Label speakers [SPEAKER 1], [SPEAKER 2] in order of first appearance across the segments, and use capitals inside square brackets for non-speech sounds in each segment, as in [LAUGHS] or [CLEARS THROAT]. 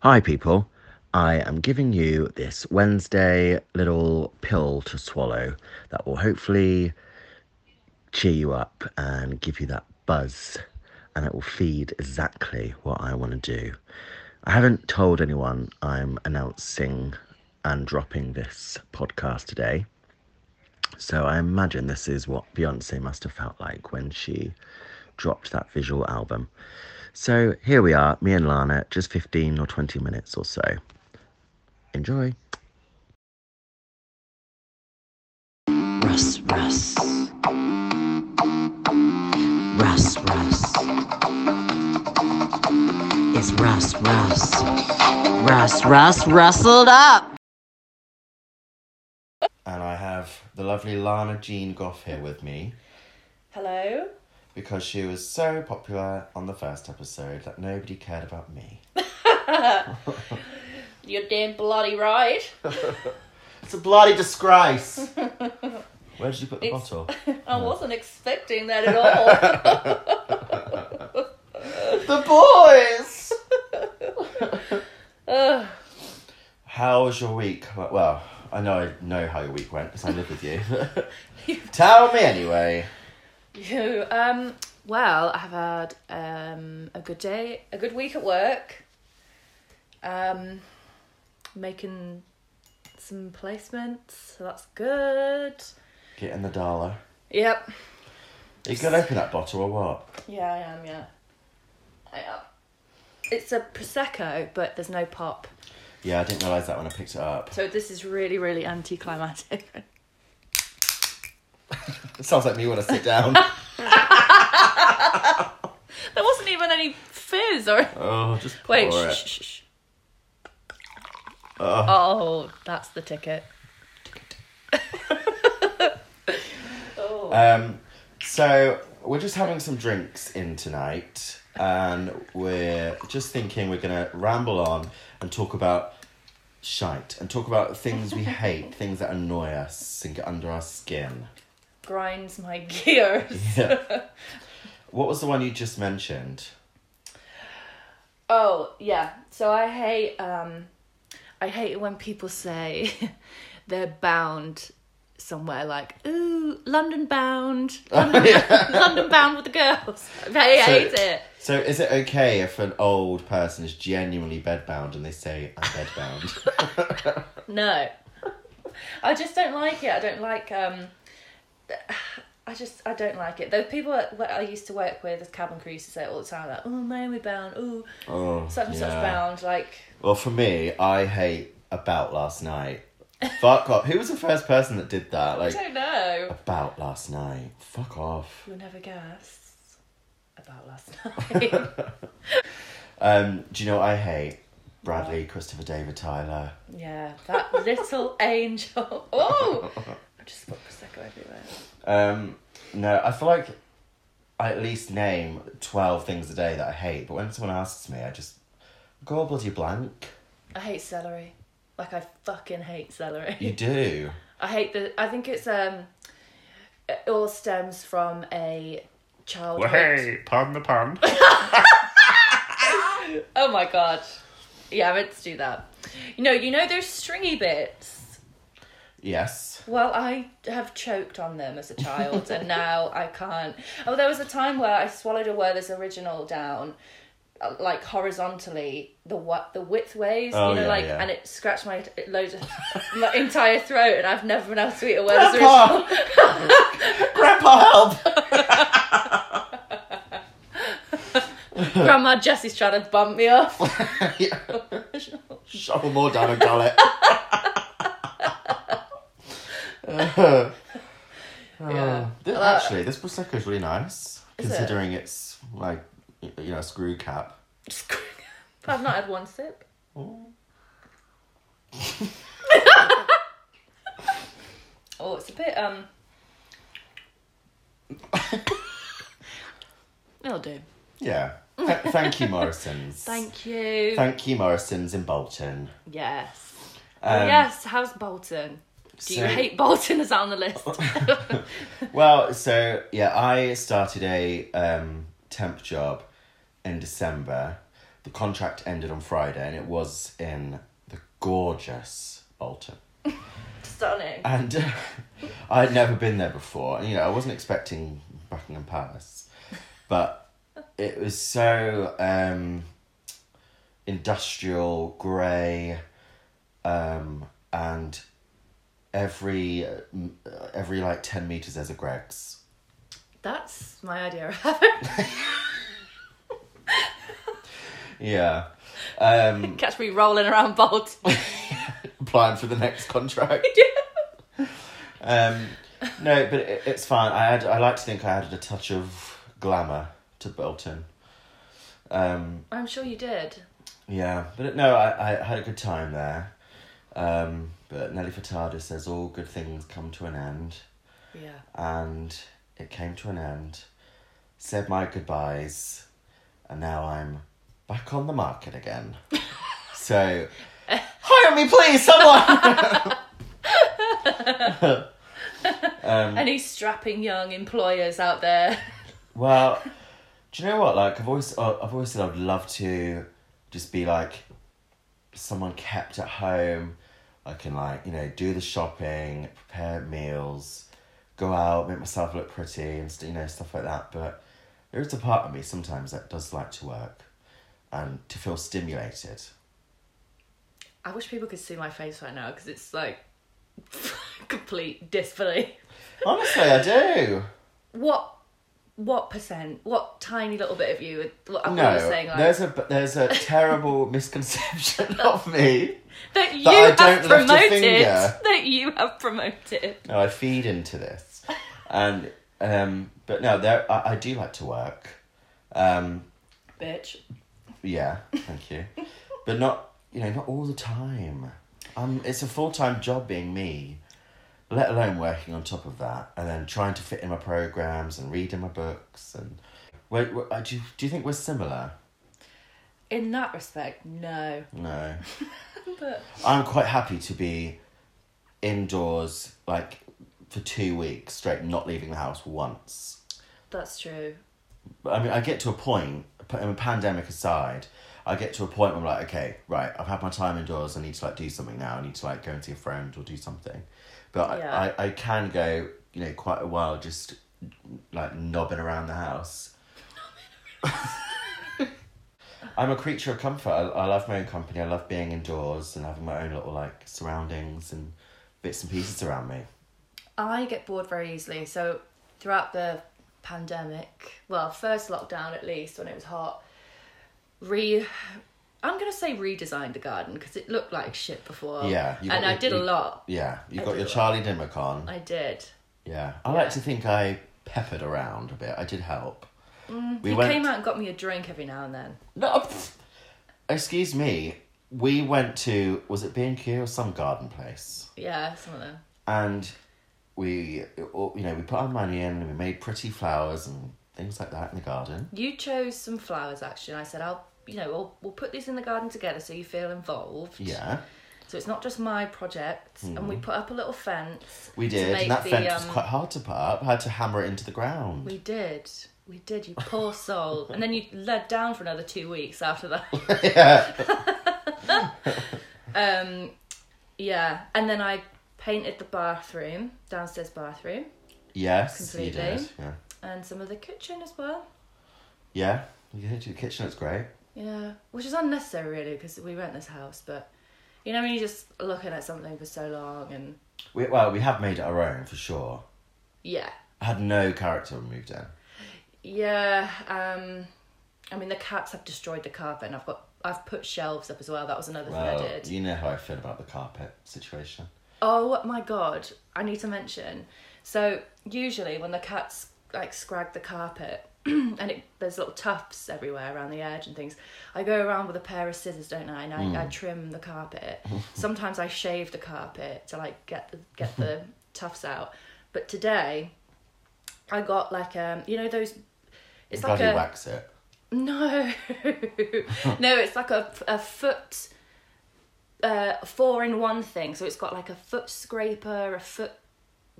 [SPEAKER 1] Hi, people. I am giving you this Wednesday little pill to swallow that will hopefully cheer you up and give you that buzz, and it will feed exactly what I want to do. I haven't told anyone I'm announcing and dropping this podcast today, so I imagine this is what Beyonce must have felt like when she dropped that visual album. So here we are, me and Lana, just 15 or 20 minutes or so. Enjoy.
[SPEAKER 2] Russ, Russ. Russ, Russ. It's Russ, Russ. Russ, Russ, rustled up.
[SPEAKER 1] And I have the lovely Lana Jean Goff here with me
[SPEAKER 3] Hello?
[SPEAKER 1] because she was so popular on the first episode that nobody cared about me.
[SPEAKER 3] You're damn bloody right.
[SPEAKER 1] It's a bloody disgrace. Where did you put the
[SPEAKER 3] It's-
[SPEAKER 1] bottle?
[SPEAKER 3] I wasn't expecting that at all. [LAUGHS]
[SPEAKER 1] the boys!
[SPEAKER 3] Ugh.
[SPEAKER 1] [LAUGHS] How was your week? Well, I know I know how your week went because I live with you. Tell me anyway.
[SPEAKER 3] you, um, well, I've had um, a good day, a good week at work. Um, making some placements, so that's good.
[SPEAKER 1] Get in the dollar.
[SPEAKER 3] Yep.
[SPEAKER 1] Are you gonna open that bottle or what?
[SPEAKER 3] Yeah, I am, yeah. I am. It's a Prosecco, but there's no pop.
[SPEAKER 1] Yeah, I didn't realise that when I picked it up.
[SPEAKER 3] So this is really, really anticlimactic. [LAUGHS]
[SPEAKER 1] It sounds like me when I sit down.
[SPEAKER 3] there wasn't even any fizz or
[SPEAKER 1] [LAUGHS] oh, just pour
[SPEAKER 3] Wait,
[SPEAKER 1] it.
[SPEAKER 3] shh, shh, shh, shh. Oh. that's the ticket.
[SPEAKER 1] Um, so we're just having some drinks in tonight, and we're just thinking we're gonna ramble on and talk about shite and talk about things we
[SPEAKER 3] [LAUGHS]
[SPEAKER 1] hate, things that annoy us and get under our skin. [LAUGHS]
[SPEAKER 3] Grinds my [LAUGHS] gears.
[SPEAKER 1] Yeah. what was the one you just mentioned?
[SPEAKER 3] Oh, yeah. So I hate um I hate when people say [LAUGHS] they're bound somewhere like, ooh, London bound. London, [LAUGHS] London bound with the girls. [LAUGHS] I hate it.
[SPEAKER 1] So is it okay if an old person is genuinely bedbound and they say I'm
[SPEAKER 3] [LAUGHS]
[SPEAKER 1] bedbound?
[SPEAKER 3] No. I just don't like it. I don't like um I just I don't like it. Though people at- what I used to work with as cabin crew used to say it all the time, like, oh Miami bound, oh
[SPEAKER 1] oh,
[SPEAKER 3] such and such
[SPEAKER 1] yeah.
[SPEAKER 3] bound, like
[SPEAKER 1] Well, for me, I hate about last night. Fuck off. Who was the first person that did that?
[SPEAKER 3] I
[SPEAKER 1] Like
[SPEAKER 3] don't know.
[SPEAKER 1] about last night. Fuck off.
[SPEAKER 3] You'll never guess about last [LAUGHS] night.
[SPEAKER 1] Um, do you know what I hate? Bradley, Christopher David Tyler.
[SPEAKER 3] yeah, that little angel. Oh I just spilled prosecco everywhere.
[SPEAKER 1] Um, no, I feel like I at least name twelve things a day that I hate. But when someone asks me, I just go bloody blank.
[SPEAKER 3] I hate celery. Like I fucking hate celery.
[SPEAKER 1] You do.
[SPEAKER 3] I hate the. I think it's um. It all stems from a childhood.
[SPEAKER 1] pardon the pun.
[SPEAKER 3] Oh my god. Yeah, I meant to do that. You know, you know those stringy bits.
[SPEAKER 1] yes.
[SPEAKER 3] Well, I have choked on them as a
[SPEAKER 1] [LAUGHS]
[SPEAKER 3] child, and now I can't. Oh, there was a time where I swallowed a Werther's original down, uh, like horizontally, the what the width ways,
[SPEAKER 1] Oh,
[SPEAKER 3] you know,
[SPEAKER 1] yeah,
[SPEAKER 3] like,
[SPEAKER 1] yeah.
[SPEAKER 3] and it scratched my loads of [LAUGHS] my entire throat, and I've never been able to eat a Werther's
[SPEAKER 1] Grandpa! [LAUGHS]
[SPEAKER 3] original. [LAUGHS]
[SPEAKER 1] Grandpa, help!
[SPEAKER 3] Grandma Jessie's trying to bump me up.
[SPEAKER 1] Yeah. Shovel more down a
[SPEAKER 3] [LAUGHS]
[SPEAKER 1] gullet. [LAUGHS] Uh,
[SPEAKER 3] Yeah.
[SPEAKER 1] this- actually, this prosecco is really nice,
[SPEAKER 3] uh, Is it?
[SPEAKER 1] considering it's like y- you know a screw cap.
[SPEAKER 3] I've not had one sip. [LAUGHS] Oh, it's a bit um. It'll do. [LAUGHS]
[SPEAKER 1] Yeah. Th- thank you, Morrison's.
[SPEAKER 3] Thank you.
[SPEAKER 1] Thank you, Morrison's in Bolton.
[SPEAKER 3] yes.
[SPEAKER 1] Um,
[SPEAKER 3] yes. How's Bolton? Do you
[SPEAKER 1] so-
[SPEAKER 3] hate Bolton? Is that on the list? [LAUGHS]
[SPEAKER 1] Well, so yeah, I started a um, temp job in December, the contract ended on Friday, and it was in the gorgeous Bolton.
[SPEAKER 3] Stunning.
[SPEAKER 1] And uh, I'd never been there before. And, you know, I wasn't expecting Buckingham Palace, but it was so um, industrial, grey, um, and every uh, m- uh, every like ten meters there's a Greg's.
[SPEAKER 3] That's my idea of heaven.
[SPEAKER 1] Yeah. Um,
[SPEAKER 3] [LAUGHS] Catch me rolling around [LAUGHS] Bolton.
[SPEAKER 1] [LAUGHS] applying for the next contract. Um, no, but it, it's fine. I had, I like to think I added a touch of glamour to Bolton. Um,
[SPEAKER 3] I'm sure you did.
[SPEAKER 1] yeah, but it, no, I, I had a good time there. Um, but Nelly Furtado says all good things come to an end,
[SPEAKER 3] Yeah.
[SPEAKER 1] and it came to an end. Said my goodbyes, and now I'm back on the market again. so, hire me, please, someone.
[SPEAKER 3] Any strapping young employers out there?
[SPEAKER 1] Well, do you know what? Like I've always, uh, I've always said I'd love to just be like someone kept at home. I can like you know do the shopping, prepare meals, go out, make myself look pretty, and st- you know stuff like that. But there is a part of me sometimes that does like to work, and to feel stimulated.
[SPEAKER 3] I wish people could see my face right now because it's like [LAUGHS] complete disbelief.
[SPEAKER 1] Honestly, I do.
[SPEAKER 3] What? What percent? What tiny little bit of you? What I'm
[SPEAKER 1] No,
[SPEAKER 3] saying like
[SPEAKER 1] there's a there's a
[SPEAKER 3] [LAUGHS]
[SPEAKER 1] terrible misconception of me.
[SPEAKER 3] that you
[SPEAKER 1] I
[SPEAKER 3] have
[SPEAKER 1] don't lift a
[SPEAKER 3] promoted.
[SPEAKER 1] finger.
[SPEAKER 3] That you have promoted.
[SPEAKER 1] No, I feed into this, and um, but no, there I, I do like to work. Um,
[SPEAKER 3] Bitch.
[SPEAKER 1] yeah, thank you, but not you know not all the time. Um, it's a full time job being me, let alone working on top of that, and then trying to fit in my programs and reading my books and. Wait, wait, uh, do you, do you think we're similar?
[SPEAKER 3] In that respect, no.
[SPEAKER 1] No,
[SPEAKER 3] But
[SPEAKER 1] I'm quite happy to be indoors like for two weeks straight, not leaving the house once.
[SPEAKER 3] that's true.
[SPEAKER 1] But, I mean, I get to a point, p- I mean, pandemic aside, I get to a point where I'm like, okay, right, I've had my time indoors. I need to like do something now. I need to like go and see a friend or do something. But
[SPEAKER 3] Yeah.
[SPEAKER 1] I, I, I can go, you know, quite a while just like knobbing around the house. [LAUGHS] I'm a creature of comfort. I, I love my own company. I love being indoors and having my own little like surroundings and bits and pieces around me.
[SPEAKER 3] I get bored very easily. So throughout the pandemic, well, first lockdown at least when it was hot, re I'm gonna say redesigned the garden because it looked like shit before.
[SPEAKER 1] Yeah, you
[SPEAKER 3] and
[SPEAKER 1] got
[SPEAKER 3] I
[SPEAKER 1] your-
[SPEAKER 3] did a
[SPEAKER 1] you-
[SPEAKER 3] lot.
[SPEAKER 1] Yeah, you've
[SPEAKER 3] I
[SPEAKER 1] got
[SPEAKER 3] do
[SPEAKER 1] your
[SPEAKER 3] like-
[SPEAKER 1] Charlie Dimmock on.
[SPEAKER 3] I did.
[SPEAKER 1] Yeah, I like to think I peppered around a bit. I did help. we
[SPEAKER 3] Mm, You
[SPEAKER 1] went.
[SPEAKER 3] came out and got me a drink every now and then.
[SPEAKER 1] No, pff. [LAUGHS] excuse me. We went to was it B and Q or some garden place,
[SPEAKER 3] Yeah, some of them.
[SPEAKER 1] and we you know we put our money in and we made pretty flowers and things like that in the garden.
[SPEAKER 3] You chose some flowers actually, and I said I'll. You know, we'll, we'll put these in the garden together so you feel involved.
[SPEAKER 1] Yeah, Hmm.
[SPEAKER 3] So it's not just my project. And we put up a little fence.
[SPEAKER 1] we
[SPEAKER 3] to
[SPEAKER 1] did,
[SPEAKER 3] make
[SPEAKER 1] and that
[SPEAKER 3] the,
[SPEAKER 1] fence was
[SPEAKER 3] um,
[SPEAKER 1] quite hard to put up. I had to hammer it into the ground.
[SPEAKER 3] We did. We did, you poor soul. and then you led down for another two weeks after that. yeah. [LAUGHS] um, yeah. And then I painted the bathroom, downstairs bathroom,
[SPEAKER 1] yes, you did.
[SPEAKER 3] Completely.
[SPEAKER 1] Yeah,
[SPEAKER 3] and some of the kitchen as well.
[SPEAKER 1] yeah. You did. The kitchen looks great.
[SPEAKER 3] Yeah. Which is unnecessary, really, because we rent this house, but you know, when you're just looking at something for so long and
[SPEAKER 1] We, well, we have made it our own for sure.
[SPEAKER 3] yeah.
[SPEAKER 1] I had no character when we moved in.
[SPEAKER 3] Yeah. Um, I mean, the cats have destroyed the carpet, and I've got. I've put shelves up as well. That was another thing I
[SPEAKER 1] Well,
[SPEAKER 3] did.
[SPEAKER 1] you know how I feel about the carpet situation.
[SPEAKER 3] Oh my god, I need to mention. So usually when the cats like scrag the carpet [CLEARS THROAT] and it, there's little tufts everywhere around the edge and things, I go around with a pair of scissors, don't I? And I, I trim the carpet. Sometimes I shave the carpet to like get the get the tufts out. But today I got like um you know those it's
[SPEAKER 1] Bloody
[SPEAKER 3] like a
[SPEAKER 1] wax it.
[SPEAKER 3] [LAUGHS] no, no, it's like a, a foot, uh, four in one thing. So it's got like a foot scraper, a foot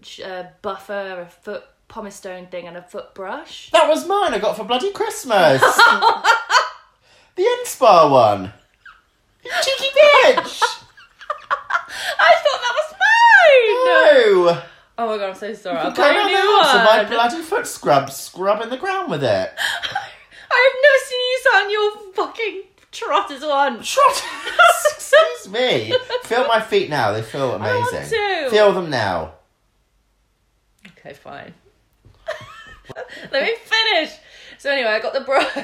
[SPEAKER 3] sh- uh, buffer, a foot pumice stone thing, and a foot brush. [LAUGHS]
[SPEAKER 1] That was mine. I got for bloody Christmas.
[SPEAKER 4] The Enspar one. You cheeky
[SPEAKER 3] [LAUGHS]
[SPEAKER 4] bitch.
[SPEAKER 3] I thought that was mine.
[SPEAKER 4] no.
[SPEAKER 3] Oh my god, I'm so sorry. I'll
[SPEAKER 4] I'm
[SPEAKER 3] buy
[SPEAKER 4] going
[SPEAKER 3] a
[SPEAKER 4] on
[SPEAKER 3] new
[SPEAKER 4] the house and my
[SPEAKER 3] one.
[SPEAKER 4] bloody foot scrub scrubbing the ground with it.
[SPEAKER 3] I have never seen you on your fucking trotters once.
[SPEAKER 4] Trot. [LAUGHS] Excuse me. Feel my feet now. They feel amazing.
[SPEAKER 3] want to.
[SPEAKER 4] Feel them now.
[SPEAKER 3] Okay, fine. [LAUGHS] Let me finish. So anyway, I got the brush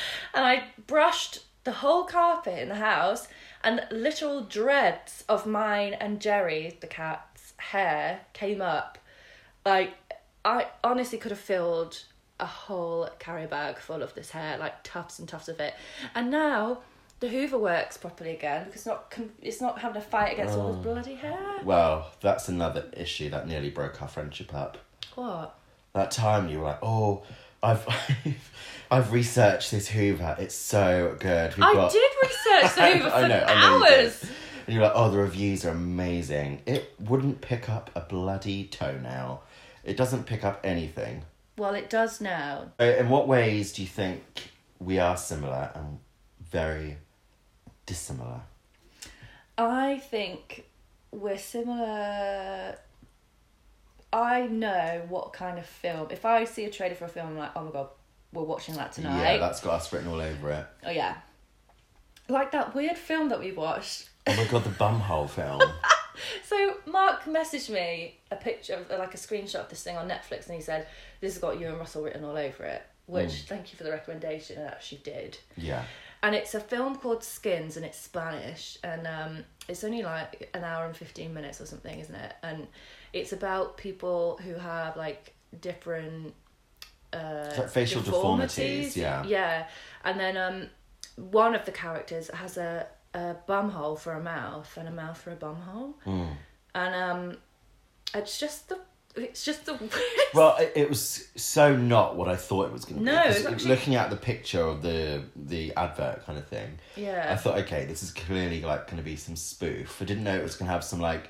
[SPEAKER 3] [LAUGHS] and I brushed the whole carpet in the house and literal dreads of mine and Jerry, the cat's hair, came up. Like I honestly could have filled a whole carry bag full of this hair, like tufts and tufts of it. And now the Hoover works properly again because it's not com- it's not having a fight against all this bloody hair.
[SPEAKER 4] Well, that's another issue that nearly broke our friendship up.
[SPEAKER 3] What?
[SPEAKER 4] That time you were like, oh, I've, [LAUGHS] I've, I've researched this Hoover. It's so good. We've
[SPEAKER 3] I
[SPEAKER 4] got-
[SPEAKER 3] did
[SPEAKER 4] [LAUGHS]
[SPEAKER 3] research the Hoover for
[SPEAKER 4] you did.
[SPEAKER 3] hours.
[SPEAKER 4] And you're like, oh, the reviews are amazing. It wouldn't pick up a bloody toenail. It doesn't pick up anything.
[SPEAKER 3] Well, it does now.
[SPEAKER 4] Uh, In what ways do you think we are similar and very dissimilar?
[SPEAKER 3] I think we're similar. I know what kind of film. If I see a trailer for a film, I'm like, oh my god, we're watching that tonight.
[SPEAKER 4] Yeah, that's got us written all over it.
[SPEAKER 3] oh yeah. Like that weird film that we watched.
[SPEAKER 4] Oh my god, the bumhole film.
[SPEAKER 3] So Mark messaged me a picture of like a screenshot of this thing on Netflix, and he said, "This has got you and Russell written all over it." Which,
[SPEAKER 4] Mm.
[SPEAKER 3] thank you for the recommendation. It actually did.
[SPEAKER 4] Yeah.
[SPEAKER 3] and it's a film called Skins, and it's Spanish, and um, it's only like an hour and fifteen minutes or something, isn't it? And it's about people who have like different uh,
[SPEAKER 4] like facial deformities, yeah.
[SPEAKER 3] yeah, and then um, one of the characters has a a bum hole for a mouth and a mouth for a bum hole,
[SPEAKER 4] Hmm.
[SPEAKER 3] and um, it's just the it's just the [LAUGHS]
[SPEAKER 4] Well, it, it was so not what I thought it was going to
[SPEAKER 3] No,
[SPEAKER 4] be. 'cause
[SPEAKER 3] it's
[SPEAKER 4] it-
[SPEAKER 3] actually-
[SPEAKER 4] looking at the picture of the the advert kind of thing.
[SPEAKER 3] Yeah.
[SPEAKER 4] I thought, okay, this is clearly like going to be some spoof. I didn't know it was going to have some like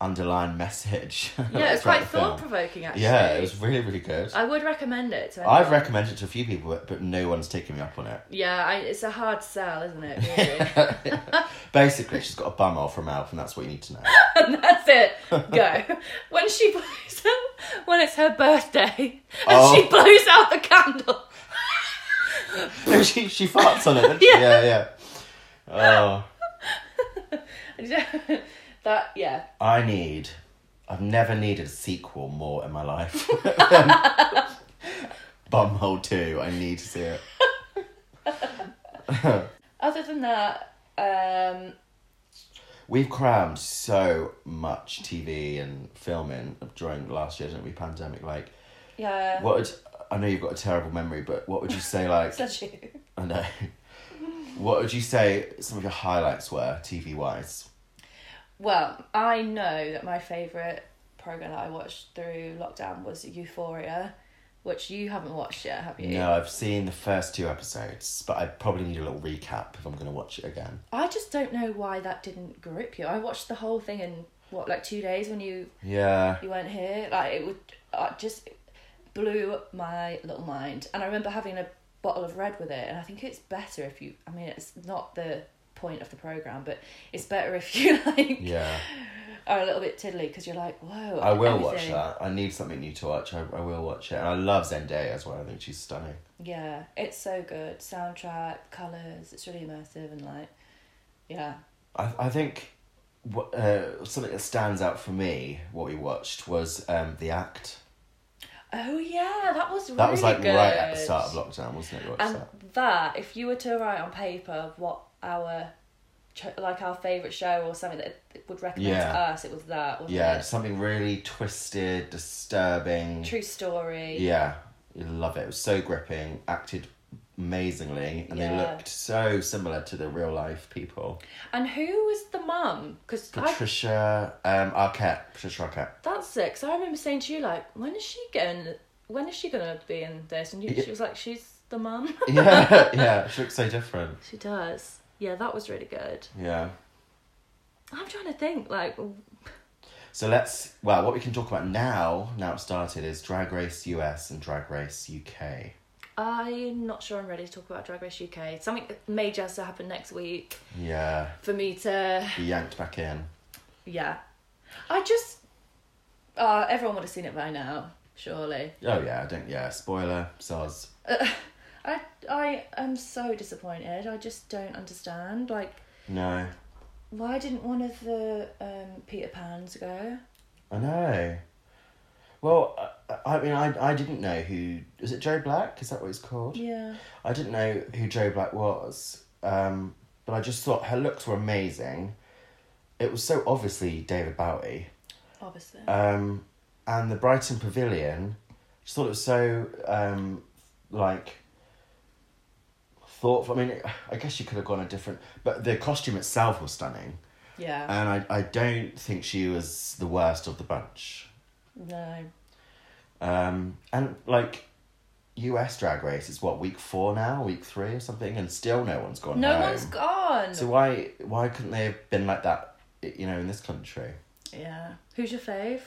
[SPEAKER 4] underlying message. [LAUGHS]
[SPEAKER 3] yeah, it's
[SPEAKER 4] throughout
[SPEAKER 3] quite
[SPEAKER 4] the film.
[SPEAKER 3] thought provoking actually.
[SPEAKER 4] Yeah, it was really really good.
[SPEAKER 3] I would recommend it. To
[SPEAKER 4] I've
[SPEAKER 3] anyone.
[SPEAKER 4] recommended it to a few people, but- but no one's taken me up on it.
[SPEAKER 3] Yeah, I, it's a hard sell, isn't
[SPEAKER 4] [LAUGHS]
[SPEAKER 3] it? Really?
[SPEAKER 4] Basically, she's got a bum off her mouth, and that's what you need to know.
[SPEAKER 3] [LAUGHS]
[SPEAKER 4] [LAUGHS]
[SPEAKER 3] and [LAUGHS] that's it. Go. [LAUGHS] When she blows out, when it's her birthday, [LAUGHS] and
[SPEAKER 4] Oh.
[SPEAKER 3] she blows out the candle. [LAUGHS]
[SPEAKER 4] No, she she farts on it. doesn't she?
[SPEAKER 3] Yeah.
[SPEAKER 4] yeah, yeah. Oh,
[SPEAKER 3] that yeah.
[SPEAKER 4] I need. I've never needed a sequel more in my life. [LAUGHS] than Bumhole Two. I need to see it.
[SPEAKER 3] Other than that, um,
[SPEAKER 4] We've crammed so much TV and filming during last year, didn't we? Pandemic, like
[SPEAKER 3] yeah.
[SPEAKER 4] what? Would, I know you've got a terrible memory, but what would you say,
[SPEAKER 3] [LAUGHS]
[SPEAKER 4] like?
[SPEAKER 3] Bless you.
[SPEAKER 4] I know. What would you say some of your highlights were TV wise?
[SPEAKER 3] Well, I know that my favourite program that I watched through lockdown was Euphoria, which you haven't watched yet, have you?
[SPEAKER 4] No, I've seen the first two episodes, but I probably need a little recap if I'm going to watch it again.
[SPEAKER 3] I just don't know why that didn't grip you. I watched the whole thing in what like two days when you
[SPEAKER 4] Yeah.
[SPEAKER 3] you weren't here. Like it would uh, just blew my little mind. And I remember having a bottle of red with it, and I think it's better if you. I mean, it's not the point of the program, but it's better if you [LAUGHS] like
[SPEAKER 4] Yeah.
[SPEAKER 3] are a little bit tiddly because you're like, whoa.
[SPEAKER 4] I will watch
[SPEAKER 3] everything."
[SPEAKER 4] that. I need something new to watch. I, I will watch it. And I love Zendaya as well. I think she's stunning.
[SPEAKER 3] Yeah, it's so good. Soundtrack, colors. It's really immersive and like, yeah.
[SPEAKER 4] I, I think what, uh, something that stands out for me, what we watched, was um, The Act.
[SPEAKER 3] Oh yeah, that was really
[SPEAKER 4] That was like
[SPEAKER 3] good. Um,
[SPEAKER 4] right at the start of lockdown, wasn't it? You watched
[SPEAKER 3] And
[SPEAKER 4] that.
[SPEAKER 3] that, if you were to write on paper what our, cho- like our favorite show or something that it would recommend
[SPEAKER 4] Yeah.
[SPEAKER 3] to us, it was that. Wasn't
[SPEAKER 4] Yeah,
[SPEAKER 3] It?
[SPEAKER 4] something really twisted, disturbing.
[SPEAKER 3] True story.
[SPEAKER 4] Yeah, you love it. It was so gripping, acted amazingly, and they
[SPEAKER 3] Yeah.
[SPEAKER 4] looked so similar to the real life people.
[SPEAKER 3] And who was the mum? Because I
[SPEAKER 4] Patricia um, Arquette. Patricia Arquette. [LAUGHS]
[SPEAKER 3] [LAUGHS] that's it. 'cause I remember saying to you like, when is she going? When is she gonna be in this? And you, she was like, she's the
[SPEAKER 4] [LAUGHS]
[SPEAKER 3] mum. [LAUGHS]
[SPEAKER 4] Yeah, yeah, she looks so different.
[SPEAKER 3] she does. Yeah, that was really good.
[SPEAKER 4] Yeah.
[SPEAKER 3] I'm trying to think like,
[SPEAKER 4] So let's, well, what we can talk about now, now it started, is Drag Race US and Drag Race UK.
[SPEAKER 3] I'm not sure I'm ready to talk about Drag Race UK. Something major has to happen next week
[SPEAKER 4] Yeah.
[SPEAKER 3] for me to.
[SPEAKER 4] Be yanked back in.
[SPEAKER 3] Yeah. I just. Uh, everyone would have seen it by now, surely.
[SPEAKER 4] Oh yeah, I don't. Yeah, spoiler. Soz.
[SPEAKER 3] I I am so disappointed. I just don't understand. Like,
[SPEAKER 4] No.
[SPEAKER 3] why didn't one of the um, Peter Pans go?
[SPEAKER 4] I know. Well, I, I mean, I I didn't know who is it. Joe Black is that what he's called?
[SPEAKER 3] Yeah.
[SPEAKER 4] I didn't know who Joe Black was, um, but I just thought her looks were amazing. It was so obviously David Bowie.
[SPEAKER 3] Obviously.
[SPEAKER 4] Um, and the Brighton Pavilion, just thought it was so um, like thoughtful. I mean, I guess you could have gone a different, but the costume itself was stunning,
[SPEAKER 3] yeah.
[SPEAKER 4] and I, I don't think she was the worst of the bunch.
[SPEAKER 3] no.
[SPEAKER 4] Um, and like, U.S. Drag Race is what week four now, week three or something, and still no one's gone.
[SPEAKER 3] No
[SPEAKER 4] home.
[SPEAKER 3] one's gone.
[SPEAKER 4] So why why couldn't they have been like that? You know, in this country.
[SPEAKER 3] yeah. Who's your fave?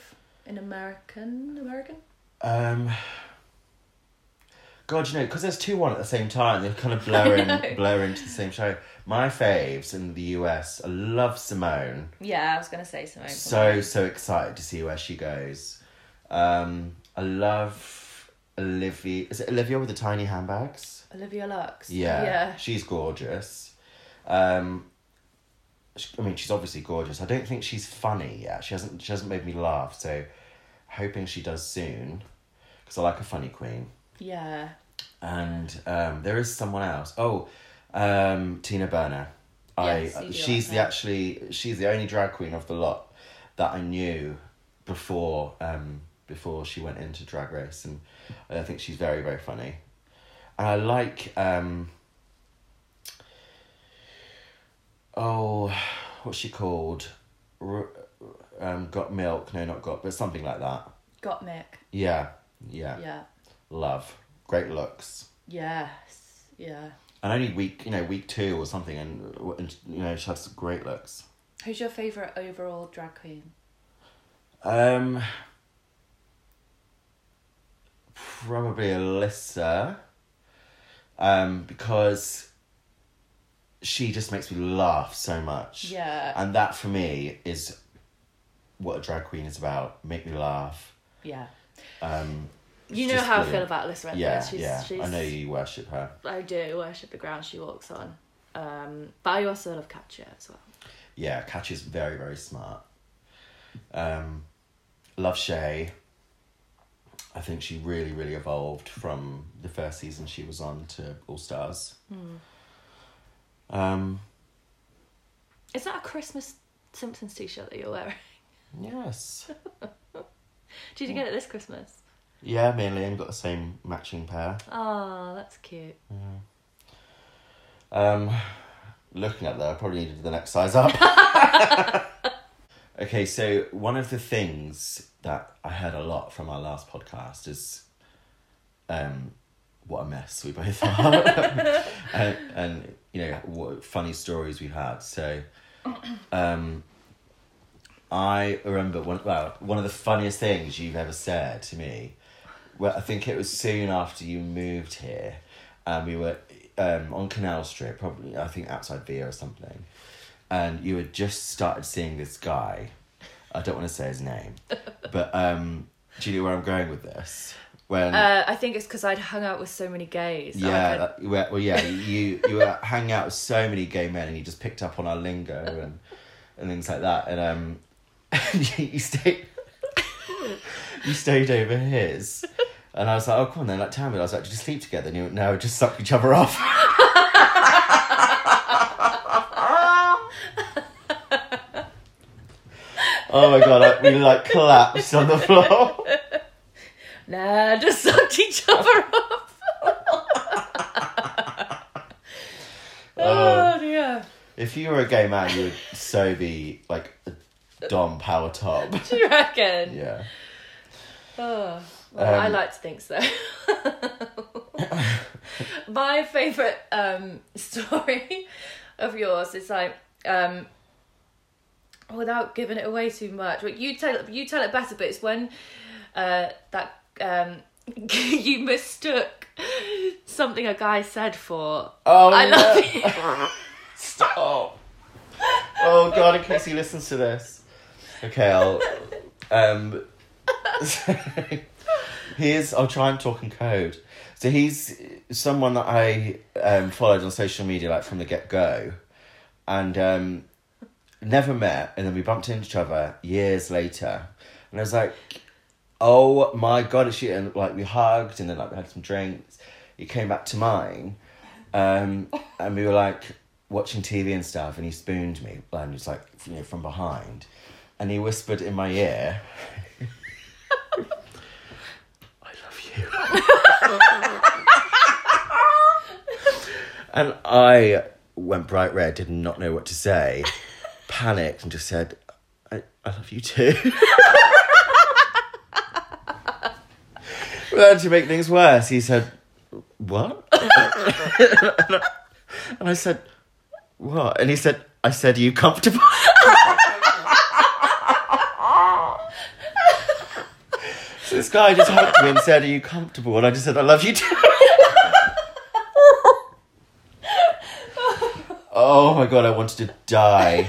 [SPEAKER 3] In American? American?
[SPEAKER 4] Um, God, you know, because there's two one at the same time, they kind
[SPEAKER 3] [LAUGHS]
[SPEAKER 4] of blur
[SPEAKER 3] know.
[SPEAKER 4] in, blur into the same show. My faves in the US, I love Simone.
[SPEAKER 3] Yeah, I was going to say something.
[SPEAKER 4] So so excited to see where she goes. Um, I love Olivia. Is it Olivia with the tiny handbags?
[SPEAKER 3] Olivia Lux.
[SPEAKER 4] Yeah,
[SPEAKER 3] Yeah.
[SPEAKER 4] she's gorgeous. Um, sh- I mean, she's obviously gorgeous. I don't think she's funny yet. She hasn't. She hasn't made me laugh. So, hoping she does soon, because I like a funny queen.
[SPEAKER 3] Yeah.
[SPEAKER 4] And um, there is someone else. Oh, um, Tina Burner.
[SPEAKER 3] Yes, you
[SPEAKER 4] I
[SPEAKER 3] do
[SPEAKER 4] she's
[SPEAKER 3] like
[SPEAKER 4] the
[SPEAKER 3] her.
[SPEAKER 4] actually she's the only drag queen of the lot that I knew before um, before she went into Drag Race, and I think she's very very funny. And I like um, oh, what's she called? R- um, got milk? No, not got, but something like that.
[SPEAKER 3] Got Mick.
[SPEAKER 4] Yeah, yeah,
[SPEAKER 3] Yeah.
[SPEAKER 4] love, great looks
[SPEAKER 3] Yes. Yeah.
[SPEAKER 4] and only week you know week two or something and, and you know she has great looks
[SPEAKER 3] Who's your favourite overall drag queen?
[SPEAKER 4] um probably alyssa um because she just makes me laugh so much
[SPEAKER 3] Yeah.
[SPEAKER 4] and that for me is what a drag queen is about make me laugh
[SPEAKER 3] Yeah.
[SPEAKER 4] um
[SPEAKER 3] You
[SPEAKER 4] It's
[SPEAKER 3] know
[SPEAKER 4] just
[SPEAKER 3] how I feel
[SPEAKER 4] brilliant.
[SPEAKER 3] about Alyssa Redford.
[SPEAKER 4] yeah
[SPEAKER 3] she's,
[SPEAKER 4] yeah
[SPEAKER 3] She's,
[SPEAKER 4] i know you worship her
[SPEAKER 3] I do worship the ground she walks on. Um, but I also love Katya as well.
[SPEAKER 4] yeah, Catch is very, very smart. Um, love Shay. I think she really, really evolved from the first season she was on to All Stars. Um,
[SPEAKER 3] Is that a Christmas Simpsons t-shirt that you're wearing? [LAUGHS]
[SPEAKER 4] yes.
[SPEAKER 3] Did you get it this Christmas?
[SPEAKER 4] Yeah, me and Liam got the same matching pair.
[SPEAKER 3] Oh, that's cute.
[SPEAKER 4] Um, looking at that, I probably needed the next size up. [LAUGHS] okay, so one of the things that I heard a lot from our last podcast is, um, what a mess we both are, [LAUGHS] and, and you know what funny stories we've had. So, um, I remember one well one of the funniest things you've ever said to me. Well, I think it was soon after you moved here, and we were um, on Canal Street, probably I think outside Via or something, and you had just started seeing this guy. I don't want to say his name, but um, do you know where I'm going with this? When
[SPEAKER 3] Uh, I think it's because I'd hung out with so many gays. that I
[SPEAKER 4] yeah,
[SPEAKER 3] could-
[SPEAKER 4] that, well, well, yeah, you you were hanging out with so many gay men, and you just picked up on our lingo and and things like that, and um, [LAUGHS] you stayed you stayed over his, and I was like, oh come on then, like tell me, I was like, did you sleep together? And you went, no, we just sucked each other off. [LAUGHS] oh my god, like, we like collapsed on the floor.
[SPEAKER 3] nah, [LAUGHS] just sucked each other
[SPEAKER 4] [LAUGHS]
[SPEAKER 3] up.
[SPEAKER 4] Um,
[SPEAKER 3] oh dear.
[SPEAKER 4] If you were a gay man, you would so be like a dom power
[SPEAKER 3] [LAUGHS]
[SPEAKER 4] top.
[SPEAKER 3] Do you reckon?
[SPEAKER 4] Yeah.
[SPEAKER 3] Oh, well, I
[SPEAKER 4] Um,
[SPEAKER 3] like to think so. [LAUGHS] My favourite um, [LAUGHS] story of yours is like, um, without giving it away too much, well, you tell you tell it better, but it's when uh, that um, [LAUGHS] you mistook something a guy said for
[SPEAKER 4] Oh,
[SPEAKER 3] I love
[SPEAKER 4] no.
[SPEAKER 3] you.
[SPEAKER 4] Stop. Oh god, in case he listens to this. Okay, I'll um [LAUGHS] here's I'll try and talk in code. So he's someone that I um followed on social media like from the get go and um never met and then we bumped into each other years later and I was like Oh my god, it's you and like we hugged and then like we had some drinks. He came back to mine um, and we were like watching TV and stuff, and he spooned me, and was like, you know, from behind, and he whispered in my ear, "I love you," [LAUGHS] and I went bright red, did not know what to say, panicked, and just said, "I, I love you too." [LAUGHS] But then to make things worse, he said, "What?" [LAUGHS] And I said, What? And he said, I said, Are you comfortable? [LAUGHS] so this guy just hugged me and said, Are you comfortable? And I just said, I love you too. [LAUGHS] oh my god, I wanted to die.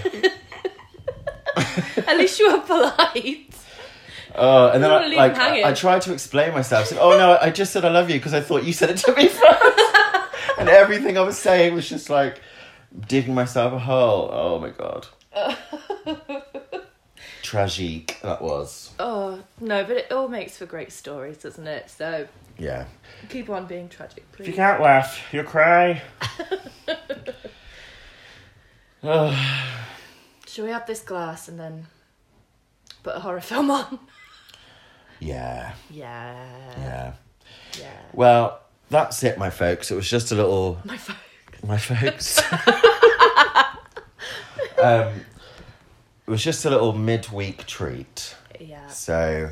[SPEAKER 3] At least you were polite.
[SPEAKER 4] Oh, and then
[SPEAKER 3] wanna
[SPEAKER 4] I,
[SPEAKER 3] leave
[SPEAKER 4] like,
[SPEAKER 3] him hanging.
[SPEAKER 4] I, I tried to explain myself. I said, Oh no, I just said I love you because I thought you said it to me [LAUGHS] first. and everything I was saying was just like digging myself a hole. Oh my
[SPEAKER 3] [LAUGHS]
[SPEAKER 4] god. Tragic that was.
[SPEAKER 3] Oh no, but it all makes for great stories, doesn't it? So
[SPEAKER 4] Yeah.
[SPEAKER 3] keep on being tragic,
[SPEAKER 4] If you
[SPEAKER 3] please.
[SPEAKER 4] can't laugh, you'll cry. Ugh.
[SPEAKER 3] Shall we have this glass and then put a horror film on?
[SPEAKER 4] yeah,
[SPEAKER 3] Yeah,
[SPEAKER 4] yeah.
[SPEAKER 3] yeah.
[SPEAKER 4] Well, that's it, my folks. It was just a little
[SPEAKER 3] [LAUGHS] My phone.
[SPEAKER 4] [LAUGHS]
[SPEAKER 3] [LAUGHS]
[SPEAKER 4] my folks. um, it was just a little midweek treat.
[SPEAKER 3] Yeah.
[SPEAKER 4] So,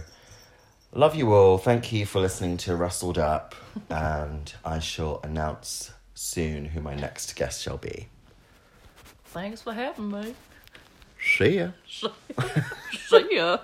[SPEAKER 4] love you all. Thank you for listening to Rustled Up. [LAUGHS] And I shall announce soon who my next guest shall be.
[SPEAKER 3] Thanks for having me.
[SPEAKER 4] See ya.
[SPEAKER 3] See ya.